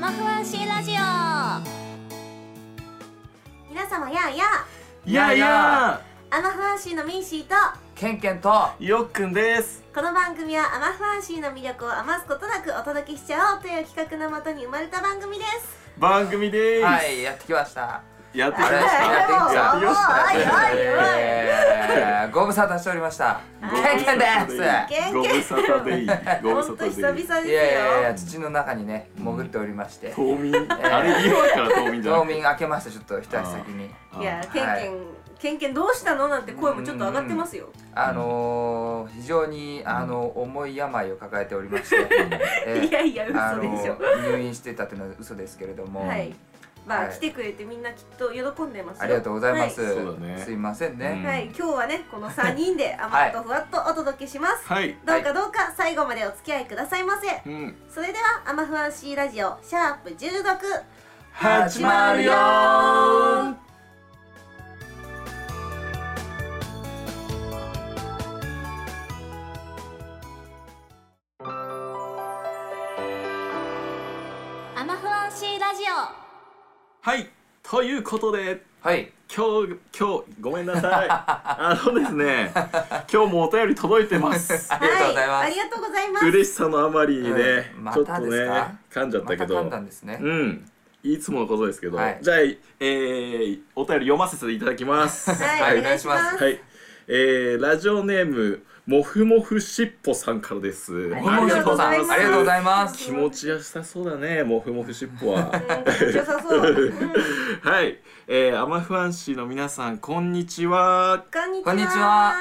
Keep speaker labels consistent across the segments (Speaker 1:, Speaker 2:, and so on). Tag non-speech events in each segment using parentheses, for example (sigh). Speaker 1: わ不安しラジオ皆様やあや
Speaker 2: いやいや
Speaker 1: あアマフアンシーのミンシーと
Speaker 3: ケンケンと
Speaker 2: よっくんです
Speaker 1: この番組はアマフアンシーの魅力を余すことなくお届けしちゃおうという企画のもとに生まれた番組です
Speaker 2: 番組です、
Speaker 3: はいやってきました
Speaker 2: やってきま
Speaker 3: あれ
Speaker 2: した
Speaker 3: やってき
Speaker 1: も
Speaker 3: た
Speaker 1: うもう
Speaker 2: や
Speaker 1: おいおいおい
Speaker 3: えーご無沙汰しておりましたケンケンですいや
Speaker 2: ご無沙汰でいいご無沙
Speaker 1: 本当
Speaker 2: 汰でいい
Speaker 1: 久々ですよ
Speaker 3: いやいや土の中にね潜っておりまして
Speaker 2: 冬眠あれ今から冬眠じゃな
Speaker 3: 冬
Speaker 2: くて
Speaker 3: 眠明けましてちょっと一足先に
Speaker 1: いや
Speaker 3: ー
Speaker 1: ケンケン、ケンケンどうしたのなんて声もちょっと上がってますよ
Speaker 3: あのー非常にあの重い病を抱えておりましてえ
Speaker 1: いやいや
Speaker 3: あ
Speaker 1: 嘘
Speaker 3: の
Speaker 1: でしょ
Speaker 3: 入院してたというのは嘘ですけれども
Speaker 1: はいまあ、
Speaker 3: はい
Speaker 1: 来てくれてみんなきっと喜んでますよ
Speaker 3: ありがとうございます
Speaker 2: はいそうだね
Speaker 3: すいませんね
Speaker 2: うん
Speaker 1: はい、はい今日はねこの3人であま
Speaker 3: は
Speaker 1: っ
Speaker 3: い
Speaker 1: とふわっとお届けします、
Speaker 2: はい
Speaker 1: どうかどうか最後までお付き合いくださいませ
Speaker 2: うん
Speaker 1: それでは「アマフアンシーラジオシャープ #16」
Speaker 2: 始まるよー
Speaker 1: アマフアンシーラジオ
Speaker 2: はいということで
Speaker 3: はい
Speaker 2: 今日今日ごめんな
Speaker 3: (laughs)
Speaker 2: さいあのですね今日もお便り届いてます
Speaker 3: (laughs) ありがとうございます
Speaker 1: ありがとうございます
Speaker 2: 嬉しさのあまりにね、
Speaker 3: うんま
Speaker 2: ちょっと
Speaker 3: た
Speaker 2: ね
Speaker 3: ですか
Speaker 2: 噛んじゃっ
Speaker 3: ま
Speaker 2: た
Speaker 3: た
Speaker 2: けど
Speaker 3: 噛んだんですね
Speaker 2: うんいつものことですけど、
Speaker 3: はい
Speaker 2: じゃあ、えー、お便り読ませていただき
Speaker 3: (laughs)
Speaker 2: ます。
Speaker 1: はい、
Speaker 3: はい
Speaker 1: お願いします
Speaker 2: はい、えー、ラジオネームもふもふしっぽさんからです。
Speaker 1: もふもふしっぽさん
Speaker 3: ありがとうございま
Speaker 1: あ
Speaker 3: す
Speaker 2: 気持ちよさそうだね、もふもふしっぽ
Speaker 3: (laughs)
Speaker 2: は。
Speaker 1: うん良さそう、うん
Speaker 2: はい、えー、アマフアンシーの皆さん、こんにちは。
Speaker 1: こんにちは
Speaker 3: こんにちは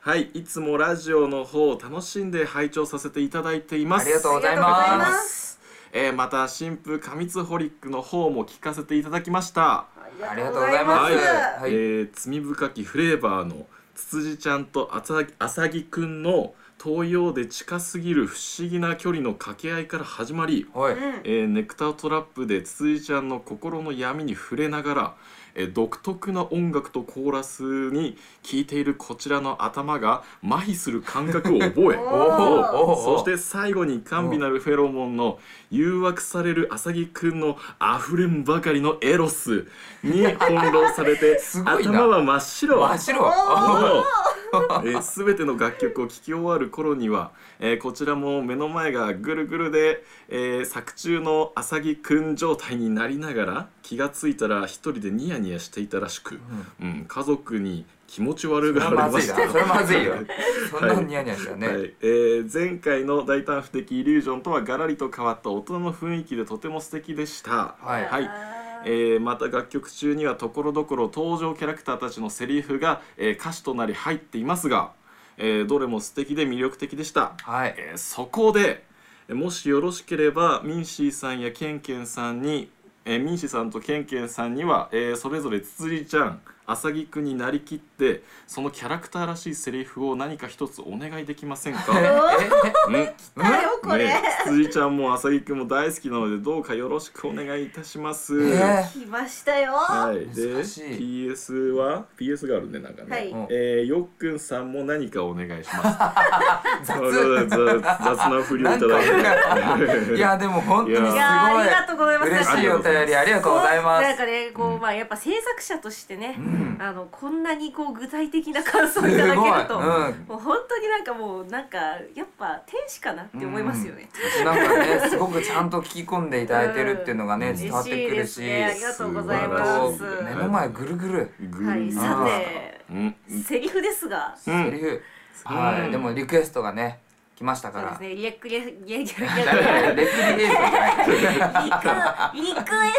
Speaker 2: はい、いつもラジオの方を楽しんで拝聴させていただいています。
Speaker 3: ありがとうござい
Speaker 1: ありがとうござい
Speaker 3: ま
Speaker 1: ます
Speaker 2: す。えー、また新婦過密ホリックの方も聞かせていただきました。
Speaker 3: ありがとうございますはい
Speaker 2: えー罪深きフレーバーのつつじちゃんとあさあさぎくんの東洋で近すぎる不思議な距離の掛け合いから始まり、
Speaker 3: はい
Speaker 1: うん、
Speaker 2: えーネクタトラップでつつじちゃんの心の闇に触れながら、えー独特な音楽とコーラスに聴いているこちらの頭が麻痺する感覚を
Speaker 3: (laughs)
Speaker 2: 覚え
Speaker 1: おー
Speaker 3: おー
Speaker 2: そして最後に甘美なるフェロモンの誘惑されるあさぎくんの溢れんばかりのエロスに翻弄されて
Speaker 3: (laughs) すごいな
Speaker 2: 頭は真っ白
Speaker 3: 真っ白
Speaker 2: (laughs) えー、全ての楽曲を聴き終わる頃には、えーこちらも目の前がぐるぐるで、えー作中のあさぎくん状態になりながら気がついたら一人でニヤニヤしていたらしく、うん、家族に気持ち悪
Speaker 3: それ
Speaker 2: が
Speaker 3: は
Speaker 2: ら
Speaker 3: ま
Speaker 2: れま
Speaker 3: ずい
Speaker 2: し
Speaker 3: な
Speaker 2: た
Speaker 3: それはまずいよそんなにニヤニヤしたらね、
Speaker 2: はいえー前回の大胆不敵イリュージョンとはガラリと変わった大人の雰囲気でとても素敵でした、
Speaker 3: はい
Speaker 2: はいえーまた楽曲中にはところどころ登場キャラクターたちのセリフが、えー歌詞となり入っていますが、えーどれも素敵で魅力的でした、
Speaker 3: はい
Speaker 2: えーそこでえーもしよろしければミンシーさんやケンケンさんに、えーミンシーさんとケンケンさんには、えーそれぞれつつりちゃんあさぎくんになりきってそのキャラクターらしいセリフを何か一つお願いできませ
Speaker 1: (laughs)
Speaker 2: んか
Speaker 1: おー
Speaker 2: ね
Speaker 1: 来たよこれ、
Speaker 2: ねつつりちゃんもあさぎくんも大好きなのでどうかよろしくお願いいたします、
Speaker 3: え
Speaker 1: 来ましたよ、
Speaker 2: はい、で
Speaker 3: 難しい
Speaker 2: PS は PS があるねなんかね、
Speaker 1: はい
Speaker 3: うん
Speaker 2: えーよっくんさんも何かお願いします
Speaker 3: ー、雑
Speaker 2: ということでざ雑な振りをいただいて
Speaker 3: なんかいやでも本当にすごい
Speaker 2: い
Speaker 1: いやーありがとうございます
Speaker 3: 嬉しいお便りありがとうございま
Speaker 1: なん
Speaker 3: す
Speaker 1: かねこう、
Speaker 3: うん
Speaker 1: まあやっぱ制作者としてね、
Speaker 3: ん
Speaker 1: あのこんなにこう具体的な感
Speaker 3: す
Speaker 1: 想を
Speaker 3: ご
Speaker 1: い
Speaker 3: い、
Speaker 1: た
Speaker 3: う
Speaker 1: だける
Speaker 3: ん、なん
Speaker 1: と、
Speaker 3: か
Speaker 1: もう本当になんかもうなんかやっぱ天使かなって思いますよね、
Speaker 3: ねすごくちゃんと聞き込んでいただいてるっていうのがね、
Speaker 2: うん
Speaker 3: 伝わってく
Speaker 1: 嬉
Speaker 3: るし
Speaker 1: しいですねありがとうござい
Speaker 2: ます
Speaker 3: 本当目の前ぐるぐる、
Speaker 2: ぐ
Speaker 1: は
Speaker 2: る
Speaker 1: い
Speaker 2: ぐる
Speaker 1: さ
Speaker 2: うん
Speaker 1: てセリフですが
Speaker 2: う
Speaker 3: セリ
Speaker 2: ん
Speaker 3: フ、
Speaker 2: うん
Speaker 3: は
Speaker 2: う
Speaker 3: い
Speaker 2: ん
Speaker 3: でもリクエストがね来ました
Speaker 1: そ
Speaker 3: か
Speaker 1: うで
Speaker 3: ら
Speaker 1: すねリエクリエリエリエリエリエリ
Speaker 3: レクリエーションじゃない
Speaker 1: リクエ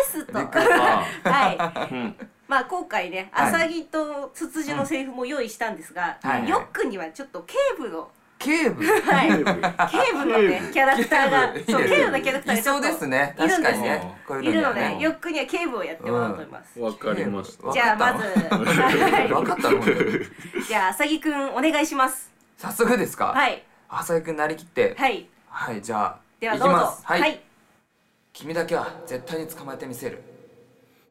Speaker 1: スト
Speaker 3: リクエ
Speaker 2: あ
Speaker 1: はい
Speaker 2: ーうん
Speaker 1: まあ今回ね
Speaker 3: はい
Speaker 1: アサギとツツジのセリフも用意したんですが、
Speaker 3: はい
Speaker 1: よっくんにはちょっと警部の
Speaker 3: 警部
Speaker 1: はい警部のねキャラクターが
Speaker 3: 警部
Speaker 1: そう
Speaker 3: いい
Speaker 1: 警
Speaker 3: ですね
Speaker 1: 部のキャラクターが
Speaker 3: い
Speaker 1: ちょ
Speaker 3: そ
Speaker 1: っ
Speaker 3: う
Speaker 1: と
Speaker 3: ですね
Speaker 1: いるんです
Speaker 3: 確かにねこう
Speaker 1: いる
Speaker 3: の
Speaker 1: の
Speaker 3: には
Speaker 1: で、よっくんには警部をやってもらおうと思います。
Speaker 2: わかりました
Speaker 3: わ
Speaker 1: じゃあまず、
Speaker 3: 分か
Speaker 1: は
Speaker 3: ったの
Speaker 1: い、じゃああさぎくんお願いします。
Speaker 3: 早速ですか
Speaker 1: はい
Speaker 3: 浅井くんなりきって
Speaker 1: はい。
Speaker 3: はいじゃあ
Speaker 1: では
Speaker 3: 行
Speaker 1: どう
Speaker 3: き
Speaker 1: ぞ
Speaker 3: ます。はい、
Speaker 1: はい。
Speaker 3: 君だけは絶対に捕まえてみせる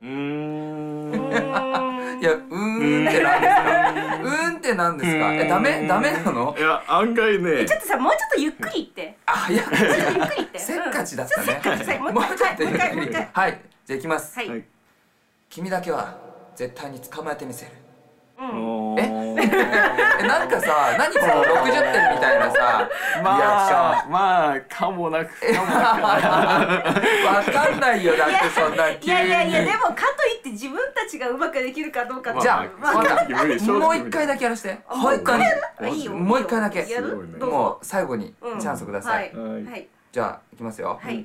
Speaker 2: うー
Speaker 1: うんーん
Speaker 3: いやうーんってなんですかうーんってなんですかえダメダメなの
Speaker 2: いや案外ね
Speaker 1: ちょっとさもうちょっとゆっくり言って。
Speaker 3: あ早
Speaker 1: ちょっ
Speaker 3: 口
Speaker 1: とゆっくり言って
Speaker 3: せっかちだったね
Speaker 1: うんせっかちもう一
Speaker 3: もうちょっ
Speaker 1: 回
Speaker 3: とゆっく
Speaker 1: もう一回もう一
Speaker 3: り
Speaker 1: 回
Speaker 3: はいじゃあいきます
Speaker 1: はい、
Speaker 2: はい。
Speaker 3: 君だけは絶対に捕まえてみせる
Speaker 1: うん
Speaker 3: えなんかさ何この60点みたいなさリア
Speaker 2: まあまあかもなく
Speaker 3: クション
Speaker 2: (laughs)
Speaker 3: わかんないよだってそんない急
Speaker 1: やいやいやで
Speaker 3: に
Speaker 1: もかといって自分たちがうまくできるかどうかって
Speaker 3: じゃあ
Speaker 1: まあ
Speaker 3: わか
Speaker 2: 正直無理正直無理
Speaker 3: もう一回だけやらして
Speaker 1: あ
Speaker 3: 本当に
Speaker 1: あいいよ
Speaker 3: もう一回だけ
Speaker 1: や
Speaker 2: すごい
Speaker 1: る
Speaker 2: ね
Speaker 1: どう
Speaker 3: も
Speaker 1: ぞ
Speaker 3: う最後にチ
Speaker 1: うん
Speaker 3: ャンスください、
Speaker 1: はいは
Speaker 2: はい
Speaker 3: じゃあいきますよ、
Speaker 1: はい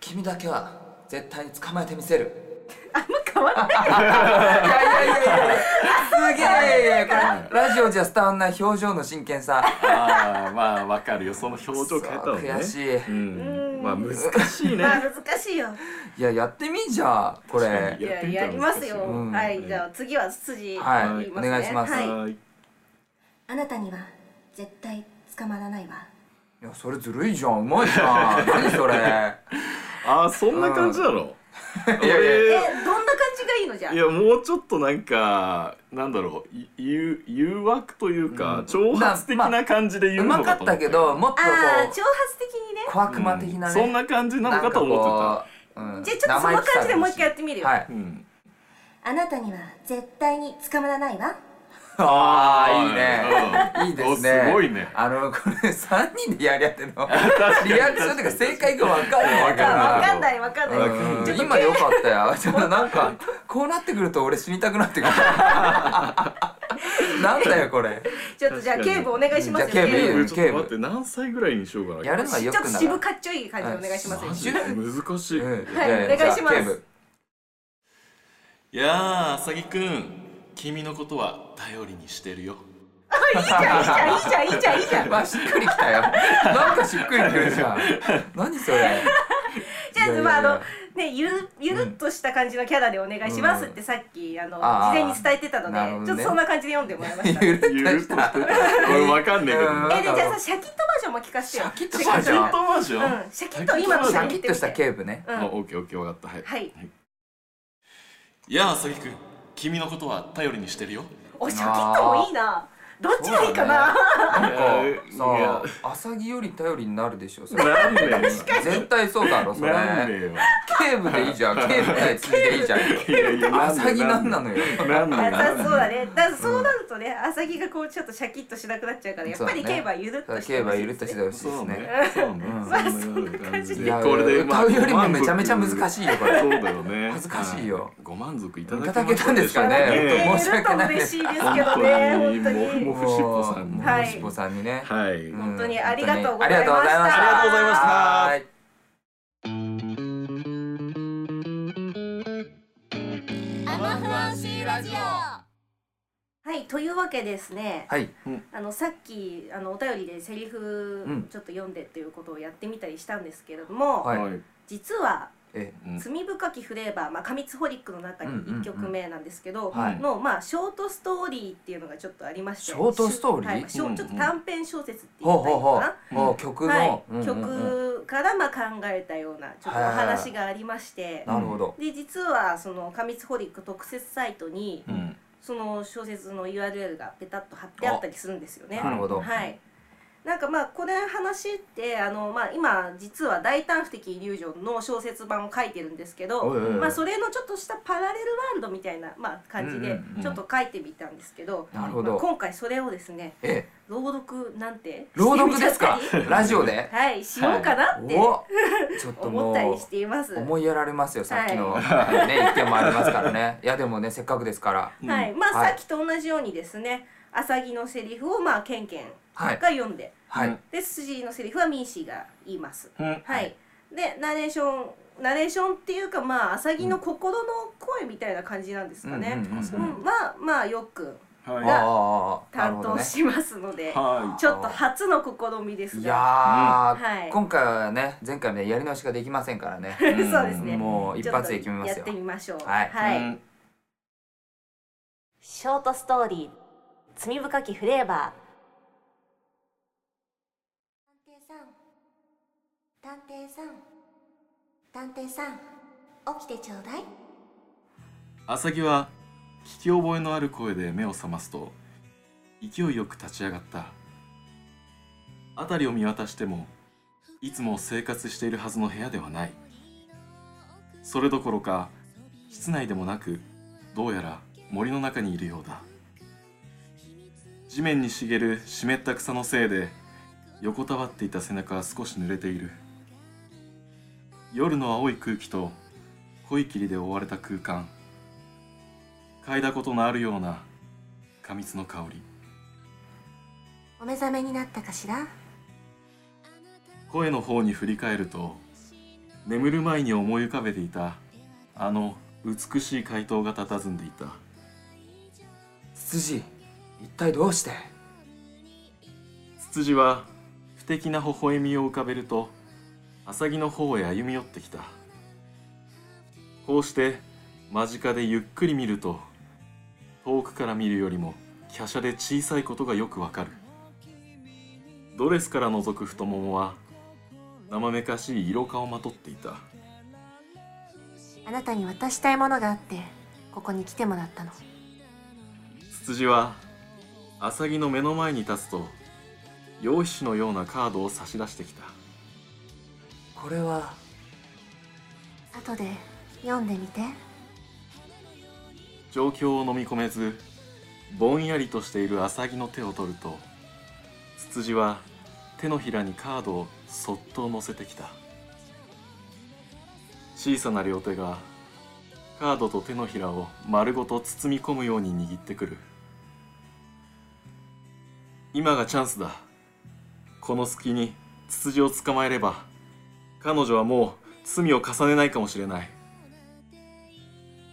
Speaker 3: 君だけは絶対に捕まえてみせる
Speaker 1: あんま変わんない
Speaker 3: いやいやいやいやすげえこれラジオじゃ伝わんない表情の真剣さ
Speaker 2: ああまあわかるよその表情変えたのね
Speaker 3: 悔
Speaker 2: い
Speaker 3: しい
Speaker 2: うんまあ難しいね
Speaker 1: まあ難しいよ
Speaker 3: いややってみじゃあこれ
Speaker 1: いや
Speaker 2: やってみた
Speaker 1: や
Speaker 2: ら
Speaker 1: りますよ
Speaker 3: うん
Speaker 1: はいじゃあ次は筋
Speaker 3: はい
Speaker 1: 言いますね
Speaker 3: お願いします
Speaker 1: は
Speaker 2: はい
Speaker 1: あなたには絶対捕まらないわ
Speaker 3: いやそれずるいじゃんうまいじゃん何それ
Speaker 2: あーそんな感じだろ
Speaker 3: いやい
Speaker 1: え
Speaker 2: 俺
Speaker 1: どんな感じがいいのじゃあ
Speaker 2: いやもうちょっとなんかなんだろうい誘誘惑というか、挑発的な感じ (laughs) で言
Speaker 3: う
Speaker 2: うの
Speaker 3: ま
Speaker 2: か
Speaker 3: かっ
Speaker 2: と思
Speaker 3: たけどもっとこ
Speaker 1: あー挑発
Speaker 3: う
Speaker 1: 的にね
Speaker 3: 小悪魔的なね、
Speaker 2: そんな感じなのかと思っ
Speaker 1: じ
Speaker 2: て
Speaker 3: た
Speaker 1: ゃあちょっとその感じでもう一回やってみるよ
Speaker 3: はい
Speaker 2: てた、うん、
Speaker 1: あなたには絶対に捕まらないわ
Speaker 3: ああーいいね、
Speaker 2: うん
Speaker 3: いいですね
Speaker 2: おすごいね
Speaker 3: あのこれ三人でやり合ってんの
Speaker 2: かに
Speaker 3: リアクションとか正解がわかんないわ
Speaker 2: わ
Speaker 1: わ
Speaker 2: か
Speaker 1: かんないわかんない
Speaker 2: わか
Speaker 1: ち
Speaker 2: んな
Speaker 1: ょっ
Speaker 2: い
Speaker 1: と
Speaker 3: 今良かったよちょっとなんかこうなってくると俺死にたくなってく
Speaker 1: (laughs)
Speaker 3: るなんだよこれ
Speaker 1: ちょっとじゃあ警部お願いしますよ
Speaker 3: じゃあ警部
Speaker 2: え
Speaker 3: いいよ
Speaker 2: ーちょっと待って何歳ぐらいにしようかな
Speaker 3: やるのは
Speaker 1: ちょ
Speaker 3: よ
Speaker 1: っと
Speaker 3: くなる
Speaker 1: 渋かっちょいい感じでお願いし
Speaker 3: (laughs)
Speaker 1: ますよ
Speaker 2: マジで難しい、
Speaker 3: うん
Speaker 1: はい
Speaker 3: やや
Speaker 1: お願いします
Speaker 3: じゃあ警部
Speaker 2: いやあ、あさぎくん、君のことは頼りにしてるよ。
Speaker 1: いいじゃんいいじゃんいいじゃんいいじゃん
Speaker 3: (laughs) まあしっくりきたよなんかしっくりくるじゃん何それ
Speaker 1: じゃあ
Speaker 3: いやいやいや
Speaker 1: まああのねゆるゆるっとした感じのキャラでお願いしますってさっきあの
Speaker 3: あー
Speaker 1: 事前に伝えてたの
Speaker 3: なるほど
Speaker 1: でち
Speaker 3: ね
Speaker 1: ょっとそんな感じで読んでもらいま
Speaker 3: ゆ
Speaker 1: した。え
Speaker 3: る
Speaker 2: ゆ
Speaker 3: っと
Speaker 2: るっ
Speaker 3: し
Speaker 2: として
Speaker 3: た
Speaker 2: た。俺わかんねえけど。
Speaker 3: うん
Speaker 1: でじゃあさシャキッとバージョンも聞かせてよ。
Speaker 3: シャキッと
Speaker 2: シ
Speaker 3: バ
Speaker 2: ャ
Speaker 3: ー
Speaker 2: キ
Speaker 3: ジョン
Speaker 2: ッとバージョン。
Speaker 1: うんシャキッと今の
Speaker 3: シ
Speaker 1: シ
Speaker 3: ャ
Speaker 1: ャ
Speaker 3: キ
Speaker 1: キッ
Speaker 3: ッと
Speaker 1: と
Speaker 3: し
Speaker 1: したた
Speaker 3: 警
Speaker 1: 警
Speaker 3: 部ね
Speaker 1: うん
Speaker 2: あ、オッケー、オッケー、わかった。は
Speaker 1: は
Speaker 2: い。
Speaker 1: い。
Speaker 2: いやあ、あさぎくん、君のことは頼りにしてるよ。
Speaker 1: おシャキッともいいな。どっちがいいかな。
Speaker 3: なんか
Speaker 2: いやい
Speaker 3: さ
Speaker 2: や
Speaker 3: あ浅木より頼りになるでしょそれ
Speaker 2: なんでよ。
Speaker 3: 絶対そうだろそれ
Speaker 2: なんでよ。
Speaker 3: 警部でいいじゃん警部対次でいいじゃん
Speaker 2: いやいや、なんで
Speaker 3: 浅木なんなのよ
Speaker 2: なんで
Speaker 1: あ
Speaker 2: なんで
Speaker 1: そうだね。だからそうなるとね、アサギがこうちょっとシャキッとしなくなっちゃうから、やっぱり競馬ゆるっとして
Speaker 3: 競
Speaker 1: ほ
Speaker 3: 馬
Speaker 1: しい
Speaker 3: ゆるっとしてほしい
Speaker 2: そ
Speaker 3: です
Speaker 2: う
Speaker 3: ね
Speaker 2: ね。そうね。そんな感じ
Speaker 3: い
Speaker 2: で。
Speaker 3: や
Speaker 2: これで、
Speaker 3: 歌うよりもめちゃめちゃ難
Speaker 2: い。
Speaker 3: しいよこれ
Speaker 2: そうだよね。
Speaker 3: 恥ずかしいよ
Speaker 2: は。ご満足いた
Speaker 3: い
Speaker 2: だ
Speaker 3: ただけたんですか
Speaker 1: いただけ
Speaker 3: ね
Speaker 1: て
Speaker 3: 申し
Speaker 1: いる
Speaker 3: 訳
Speaker 1: と
Speaker 3: ない
Speaker 1: 嬉
Speaker 3: で
Speaker 1: し
Speaker 3: す
Speaker 1: いですけどね、本当
Speaker 2: 本当
Speaker 1: に
Speaker 2: にも。うしっぽさんね
Speaker 1: はい
Speaker 3: しっぽさんにね
Speaker 2: はい。
Speaker 1: 本当にありがとうございました
Speaker 3: ありがとうございました
Speaker 1: ありがとうございました
Speaker 3: はい
Speaker 1: はい、というわけですね。
Speaker 3: はい
Speaker 1: あのさっきあのお便りでセリフ
Speaker 3: うん
Speaker 1: ちょっと読んでっていうことをやってみたりしたんですけれども、
Speaker 3: はい
Speaker 2: はい。
Speaker 1: 実は
Speaker 3: え
Speaker 2: う
Speaker 1: 「
Speaker 2: ん
Speaker 1: 罪深きフレーバー」まあ「過密ホリック」の中に
Speaker 3: うんうんうん
Speaker 1: 1曲目なんですけど、
Speaker 3: はい
Speaker 1: の、まあ、ショートストーリーっていうのがちょっとありまして
Speaker 3: ショートストーリー
Speaker 1: はいまあショ
Speaker 2: うんうん
Speaker 1: ちょっと短編小説って言
Speaker 3: ほう
Speaker 1: ったらい
Speaker 3: ほ
Speaker 1: い
Speaker 3: う
Speaker 1: の
Speaker 3: ほ
Speaker 1: かな。
Speaker 3: うもう曲
Speaker 1: は
Speaker 3: の
Speaker 1: い
Speaker 3: うんうんうん
Speaker 1: 曲からまあ考えたようなちょっとお話がありまして、
Speaker 3: なるほど
Speaker 1: で実はその過密ホリック特設サイトに
Speaker 2: うん。
Speaker 1: その小説の URL がペタッと貼ってあったりするんですよね。
Speaker 3: なるほど
Speaker 1: はい。なんかまあこれ話ってあのまあ今実は大胆不敵イリュージョンの小説版を書いてるんですけ
Speaker 3: おいおいお
Speaker 1: ど
Speaker 3: い、
Speaker 1: まあそれのちょっとしたパラレルワールドみたいなまあ感じ
Speaker 3: うん
Speaker 1: で
Speaker 3: うん
Speaker 2: うん
Speaker 1: ちょっと書いてみたんですけど、
Speaker 3: なるほ
Speaker 1: まあ
Speaker 3: ど
Speaker 1: 今回それをですね
Speaker 3: え
Speaker 1: 朗読なんて
Speaker 3: 朗読ですか
Speaker 1: してみちゃっ
Speaker 3: ラジオで
Speaker 1: たりはいしようかなって (laughs)
Speaker 3: おちょっと
Speaker 1: 思
Speaker 3: も
Speaker 1: ったり
Speaker 3: う
Speaker 1: しています。
Speaker 3: 思いやられますよさっきのね一点もありますか
Speaker 1: (laughs)
Speaker 3: らねいやでもねせっかくですから
Speaker 1: はい、まあ、
Speaker 3: はい
Speaker 1: さっきと同じようにですね、アサギのセリフをまあケンケン
Speaker 3: はい
Speaker 1: が読んで、
Speaker 3: は
Speaker 2: う
Speaker 3: い
Speaker 2: ん
Speaker 1: で筋のセリフはミーシーが言います。
Speaker 2: うん
Speaker 1: はい。でナレーションナレーションっていうかまあアサギの心の声みたいな感じなんですかね。
Speaker 3: うんうんうん
Speaker 1: うんまあまあよく
Speaker 3: あ
Speaker 2: は
Speaker 3: あああなる
Speaker 1: 担
Speaker 3: ほど
Speaker 1: 当
Speaker 3: ね
Speaker 1: しますので、
Speaker 2: い。
Speaker 1: (laughs)
Speaker 2: は
Speaker 1: ちょっと初の試みです
Speaker 3: い
Speaker 1: が、
Speaker 3: や
Speaker 1: うんは
Speaker 3: ー
Speaker 1: い
Speaker 3: 今回はね前回ねやり直しができませんか
Speaker 1: (laughs)
Speaker 3: ら
Speaker 1: (laughs)
Speaker 3: ね
Speaker 1: そうですね。
Speaker 3: もう一発で決めます
Speaker 1: ちょ
Speaker 3: よ
Speaker 1: っとやってみましょう。
Speaker 3: はい
Speaker 2: うん
Speaker 1: ショートストーリー罪深きフレーバ
Speaker 4: 探偵さん探偵さん探偵さん起きてちょうだい
Speaker 2: アサギは聞き覚えのある声で目を覚ますと勢いよく立ち上がった辺りを見渡してもいつも生活しているはずの部屋ではないそれどころか室内でもなくどうやら森の中にいるようだ地面に茂る湿った草のせいで横たわっていた背中は少し濡れている夜の青い空気と濃い霧で覆われた空間嗅いだことのあるような過蜜の香り
Speaker 4: お目覚めになったかしら
Speaker 2: 声の方に振り返ると眠る前に思い浮かべていたあの美しい回答が佇んでいた
Speaker 3: ツツジ一体どうして
Speaker 2: ツツジは不敵な微笑みを浮かべるとアサギの方へ歩み寄ってきたこうして間近でゆっくり見ると遠くから見るよりも華奢で小さいことがよくわかるドレスから覗く太ももは生めかしい色化をまとっていた
Speaker 4: あなたに渡したいものがあってここに来てもらったの
Speaker 2: ツツジはアサギの目の前に立つと用紙のようなカードを差し出してきた
Speaker 3: これは
Speaker 4: 後で読んでみて
Speaker 2: 状況を飲み込めずぼんやりとしているアサギの手を取るとツツジは手のひらにカードをそっと乗せてきた小さな両手がカードと手のひらを丸ごと包み込むように握ってくる今がチャンスだこの隙にツツジを捕まえれば彼女はもう罪を重ねないかもしれない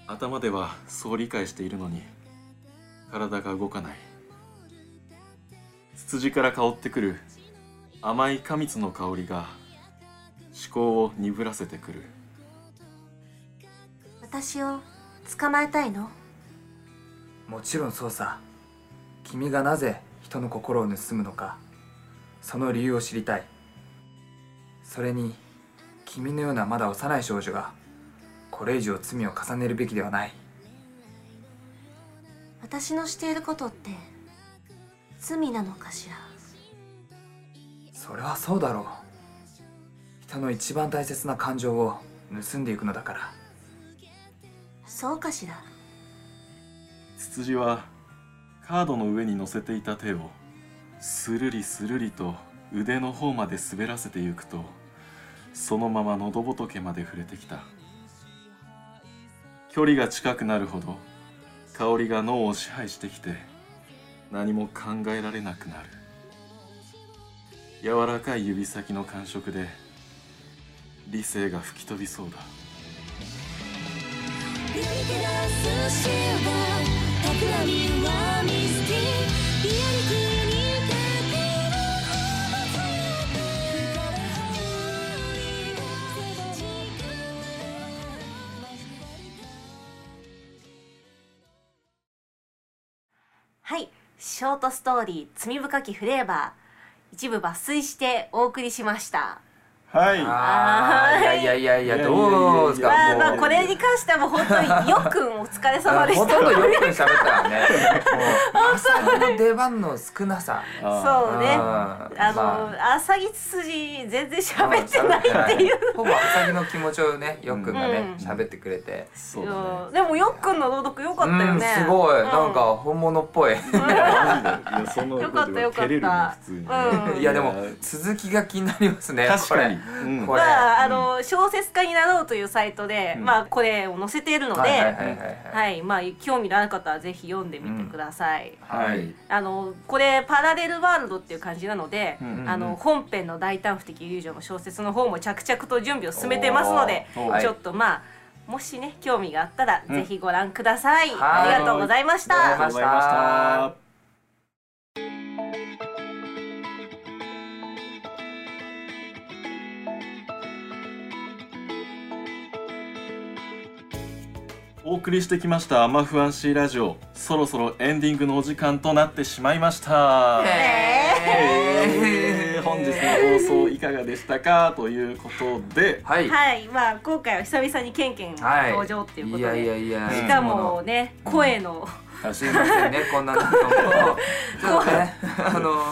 Speaker 2: 頭ではそう理解しているのに体が動かないツツジから香ってくる甘い果蜜の香りが思考を鈍らせてくる
Speaker 4: 私を捕まえたいの
Speaker 3: もちろんそうさ君がなぜ人の心を盗むのかその理由を知りたいそれに君のようなまだ幼い少女がこれ以上罪を重ねるべきではない
Speaker 4: 私のしていることって罪なのかしら
Speaker 3: それはそうだろう人の一番大切な感情を盗んでいくのだから
Speaker 4: そうかしら
Speaker 2: ツツジはカードの上に乗せていた手をスルリスルリと腕の方まで滑らせてゆくとそのまま喉仏まで触れてきた距離が近くなるほど香りが脳を支配してきて何も考えられなくなる柔らかい指先の感触で理性が吹き飛びそうだ
Speaker 5: 「ビギナーズシーバー」「たくらみはミスティ」「リアルクに立てるほど強く」「からほり出す時
Speaker 1: はいショートストーリー罪深きフレーバー一部抜粋してお送りしました
Speaker 2: はい
Speaker 3: あーい
Speaker 1: は
Speaker 3: や
Speaker 1: ーい
Speaker 3: いやいや
Speaker 2: いやいやい
Speaker 3: いや
Speaker 2: やいや
Speaker 3: どうですか
Speaker 2: ま
Speaker 1: ま
Speaker 2: あ
Speaker 1: あ
Speaker 3: もう
Speaker 1: まあこれに関してはもう本当によくんお疲れ様でし
Speaker 3: ほ
Speaker 1: た
Speaker 3: とんど4分喋ったからねもう朝の出番の少なさ
Speaker 2: あ
Speaker 1: そうね
Speaker 3: あー
Speaker 1: あ
Speaker 3: ま
Speaker 1: のあさぎつ筋全然喋ってないっていう
Speaker 3: ほぼアサギの気持ちをねよっくんが
Speaker 1: うん
Speaker 3: ね喋ってくれて
Speaker 2: ーそうだね
Speaker 1: でもよっくんの朗読良かったよ
Speaker 3: うん
Speaker 1: ね
Speaker 3: すごい
Speaker 1: うん
Speaker 3: なんか本物っぽい
Speaker 2: いやそんな
Speaker 1: よかったよかった
Speaker 2: 照れるね普通にね
Speaker 1: うん
Speaker 3: いやでも続きが気になりますね
Speaker 2: 確かに、
Speaker 3: こ
Speaker 2: うん
Speaker 3: これ
Speaker 1: まああの小説家になろうというサイトで、
Speaker 2: うん
Speaker 1: まあこれを載せているので、
Speaker 3: れ
Speaker 1: はい
Speaker 3: はいはいはいはい
Speaker 1: まあ興味のある方はぜひ読んでみてください。
Speaker 2: はい
Speaker 3: はい
Speaker 1: あのこれパラレルワールドっていう感じなので、
Speaker 2: うん
Speaker 1: あの本編の大胆不敵友情の小説の方も着々と準備を進めてますので、
Speaker 2: おー
Speaker 3: はい
Speaker 1: ちょっとまあもしね興味があったら、
Speaker 2: うん
Speaker 1: ぜひご覧ください。
Speaker 3: はい
Speaker 1: ありがとうございまし
Speaker 3: あ
Speaker 1: た
Speaker 3: り。がとうございました
Speaker 2: お送りしてきましたアマフアンシーラジオそろそろエンディングのお時間となってしまいましたえー本日の放送いかがでしたかということで
Speaker 3: はい
Speaker 1: はい、まあ今回は久々にケンケン
Speaker 3: はい
Speaker 1: 登場っていうことで、
Speaker 3: やいやいや
Speaker 1: しかもね、
Speaker 3: うん
Speaker 1: 声の
Speaker 3: すいませんねこんななんかもうちょっとねあの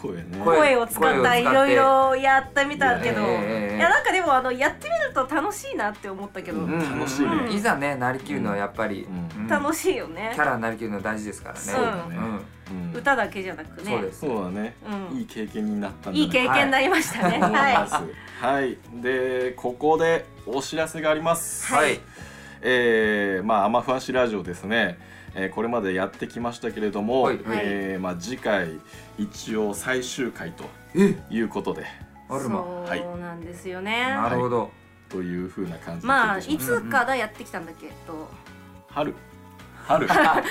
Speaker 2: 声ね
Speaker 3: 声
Speaker 1: 声を使ったいろいろやってみたけど、
Speaker 3: いやええええ
Speaker 1: いやなんかでもあのやってみると楽しいなって思ったけど、
Speaker 2: うん楽しい
Speaker 1: ね
Speaker 3: いざねなりきるのはやっぱり、
Speaker 2: うん
Speaker 3: うん
Speaker 1: 楽しいよね
Speaker 3: キャラになりきるの大事ですからね
Speaker 1: そうだ
Speaker 2: ね
Speaker 3: ん
Speaker 2: うん
Speaker 1: 歌だけじゃなくね
Speaker 3: そうです
Speaker 2: そうだね、
Speaker 1: うん
Speaker 2: いい経験になったん
Speaker 1: いい
Speaker 2: じゃ
Speaker 1: 経
Speaker 2: ないか
Speaker 1: 験になりましたね、
Speaker 2: と思い
Speaker 1: は
Speaker 2: ま
Speaker 1: い
Speaker 2: すはい、でここでお知らせがあります
Speaker 3: はい
Speaker 2: えーまあ、アマフアシラジオですね、えーこれまでやってきましたけれども、
Speaker 3: はい
Speaker 2: えーまあ、次回一応最終回と
Speaker 3: え
Speaker 2: いうことで
Speaker 3: アルマ
Speaker 2: はい
Speaker 1: そうなんですよね、
Speaker 3: なるほど、
Speaker 2: というふうな感じで
Speaker 1: まあ
Speaker 2: 聞いてしまい
Speaker 1: いつからやってきたんだっけと
Speaker 2: 春
Speaker 1: (laughs)
Speaker 2: 春
Speaker 3: ざっく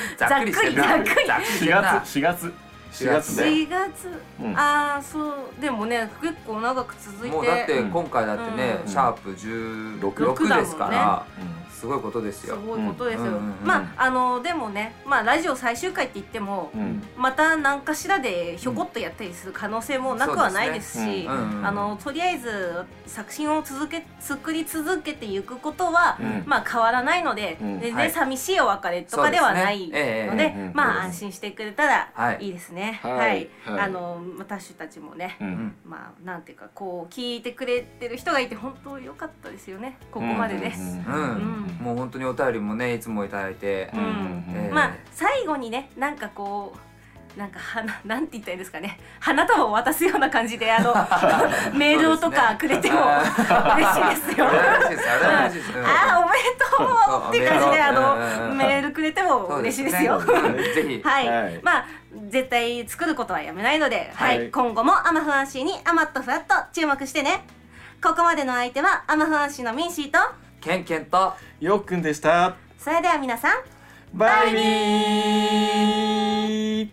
Speaker 3: りしてんな
Speaker 1: ざっくり
Speaker 3: ざっくりして
Speaker 2: 4
Speaker 3: んな
Speaker 2: 月4月4月だよ、
Speaker 1: 4月、
Speaker 2: うん
Speaker 1: ああそうでもね結構長く続いて
Speaker 3: もうだって
Speaker 2: うん
Speaker 3: 今回だってね、
Speaker 2: うん
Speaker 3: シャープ16
Speaker 1: 16
Speaker 3: ですから、
Speaker 2: う
Speaker 3: すごいことです
Speaker 1: す
Speaker 3: よ
Speaker 1: ごいことですよ、
Speaker 3: うんうんうんうん
Speaker 1: まああのでもねまあラジオ最終回って言っても、
Speaker 2: んうん
Speaker 1: また何かしらでひょこっとやったりする可能性もなくはないですし、
Speaker 2: そうですね
Speaker 3: うんうん
Speaker 1: あのとりあえず作品を続け作り続けていくことは、
Speaker 2: うん
Speaker 1: まあ変わらないので、
Speaker 2: うん
Speaker 1: 全然
Speaker 3: はい
Speaker 1: 寂しいお別れとかではないので
Speaker 3: そうですねええ
Speaker 2: ええ
Speaker 1: まあ
Speaker 2: そうです
Speaker 1: 安心してくれたら
Speaker 3: はい
Speaker 1: いいですね。
Speaker 2: はいはい
Speaker 1: あの私たちもね、
Speaker 2: うん
Speaker 3: うん
Speaker 1: まあなんていうかこう聞いてくれてる人がいて本当良かったですよねここまでです。
Speaker 2: う
Speaker 1: う
Speaker 2: ん
Speaker 1: ん
Speaker 3: もう本当にお便りもねいつもいただいて、
Speaker 1: うん
Speaker 3: ええ
Speaker 1: まあ最後にねなんかこうなんか花 (laughs) なんて言ったらいいんですかね花束を渡すような感じであ
Speaker 3: (laughs)
Speaker 1: のメールとかくれても
Speaker 3: あ
Speaker 1: 嬉しいですよ。
Speaker 3: (laughs) あれ (laughs) 嬉しいですあれ嬉しいです、うん
Speaker 1: あーおめ
Speaker 3: そう
Speaker 1: でとうって感じで
Speaker 3: メール
Speaker 1: あ
Speaker 3: うんう
Speaker 1: の
Speaker 3: ん
Speaker 1: メールくれても
Speaker 3: そう
Speaker 1: 嬉しいです
Speaker 3: ね
Speaker 1: よ。
Speaker 3: ぜひ
Speaker 1: はい、
Speaker 2: はい
Speaker 1: まあ絶対作ることはやめないので、はい
Speaker 2: はい
Speaker 1: 今後もアマフアンシーにアマットフラット注目してねここまでの相手はアマフアンシーのミンシーと
Speaker 3: ケンケンと
Speaker 2: よっくんでした
Speaker 1: それでは皆さん
Speaker 2: バイビー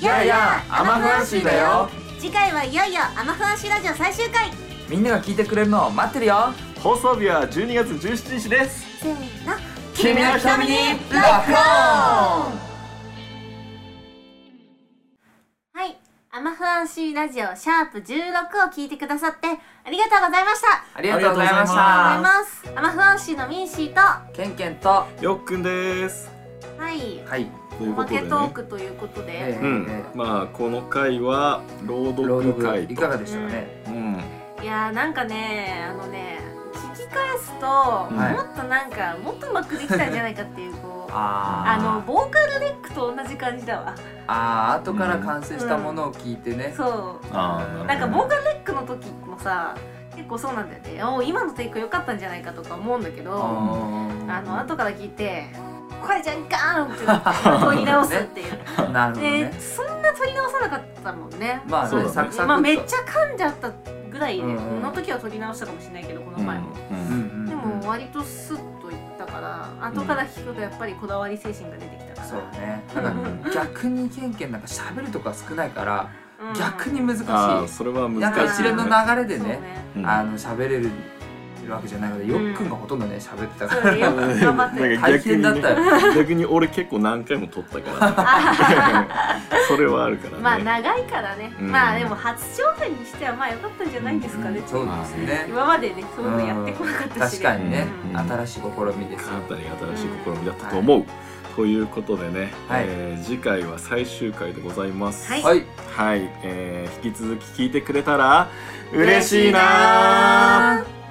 Speaker 3: いやいやアマフアンシーだよ
Speaker 1: 次回はいよいよアマフアンシーラジオ最終回
Speaker 3: みんなが聞いてくれるのを待ってるよ
Speaker 2: 放送日は12月17日です
Speaker 1: せーの
Speaker 3: 君の瞳にロックオン
Speaker 1: はいアマフアンシーラジオシャープ16を聞いてくださってありがとうございました
Speaker 3: ありがとうございま
Speaker 1: 思い
Speaker 3: した
Speaker 1: ますアマフアンシーのミンシーとは
Speaker 3: ケンケンとは
Speaker 2: よっくんです
Speaker 1: い
Speaker 3: い
Speaker 2: と
Speaker 1: お
Speaker 2: いうこ
Speaker 1: ま
Speaker 2: とで
Speaker 1: け
Speaker 2: ね
Speaker 1: トークということで、
Speaker 3: ええ
Speaker 2: うんまあこの回は朗読会と
Speaker 3: いかがでしたかね、
Speaker 2: うん
Speaker 1: いやーなんかねあのね聞き返すと、
Speaker 2: い
Speaker 1: もっとなんかもっとうまくできたんじゃないかっていうこうあの
Speaker 3: (laughs) あー
Speaker 1: ボーカルレックと同じ感じだわ
Speaker 3: あー後から完成したものを聞いてね、
Speaker 1: そ
Speaker 2: あ
Speaker 1: う
Speaker 2: ー
Speaker 1: なんか
Speaker 2: る
Speaker 1: ボ
Speaker 2: ほ
Speaker 1: ーカルレックの時もさ結構そうなんだよねお今のテイク良かったんじゃないかとか思うんだけどあの後から聞いて「これじゃんかーん!」
Speaker 3: (laughs)
Speaker 1: って取り直すっていう
Speaker 3: あのなるほどね
Speaker 1: でそんな取り直さなかったもんね
Speaker 3: まあ
Speaker 2: そう
Speaker 3: ね
Speaker 2: だね
Speaker 3: サクサクっと
Speaker 1: まあめっちゃ噛んじゃったぐらいで、
Speaker 3: うん
Speaker 1: の時は取り直したかもしれないけどこの
Speaker 2: ど
Speaker 1: 前も。
Speaker 2: うん
Speaker 3: うんうん
Speaker 1: で
Speaker 3: うん
Speaker 1: も割とスッといったから後から聞くとやっぱりこだわり精神が出てきたから
Speaker 3: そうねなんか逆にケンケンなんか喋るとか少ないから
Speaker 1: うん
Speaker 3: 逆に難しい、
Speaker 2: ああそれは
Speaker 3: な
Speaker 2: 難しい
Speaker 3: んか
Speaker 2: ね
Speaker 3: 一連の流れでね
Speaker 2: うん
Speaker 3: あの喋れるわけじゃないのでよっくんがほとんどね喋ってた
Speaker 1: そう
Speaker 3: か
Speaker 1: ね
Speaker 3: ら、
Speaker 1: それでよく
Speaker 3: (laughs)
Speaker 1: 頑張って
Speaker 2: な
Speaker 1: る
Speaker 2: んか逆にね
Speaker 3: 大変だった
Speaker 2: (laughs) 逆に俺結構何回も撮っ
Speaker 1: (laughs)
Speaker 2: たからね (laughs) それはあるからね
Speaker 1: まあ長いからね、
Speaker 2: うん
Speaker 1: まあでも初挑戦にしてはまあ良かったんじゃないですかね、
Speaker 3: そうですね
Speaker 1: 今までねそういうのやってこなかったし、ね、
Speaker 3: 確かにね、
Speaker 2: うん
Speaker 3: 新しい試みですよ
Speaker 2: かなり新しい試みだったと思う、ということでね、
Speaker 3: はい
Speaker 2: えー次回は最終回でございます
Speaker 1: はい
Speaker 3: はい
Speaker 2: はい、えー引き続き聞いてくれたら嬉しいなー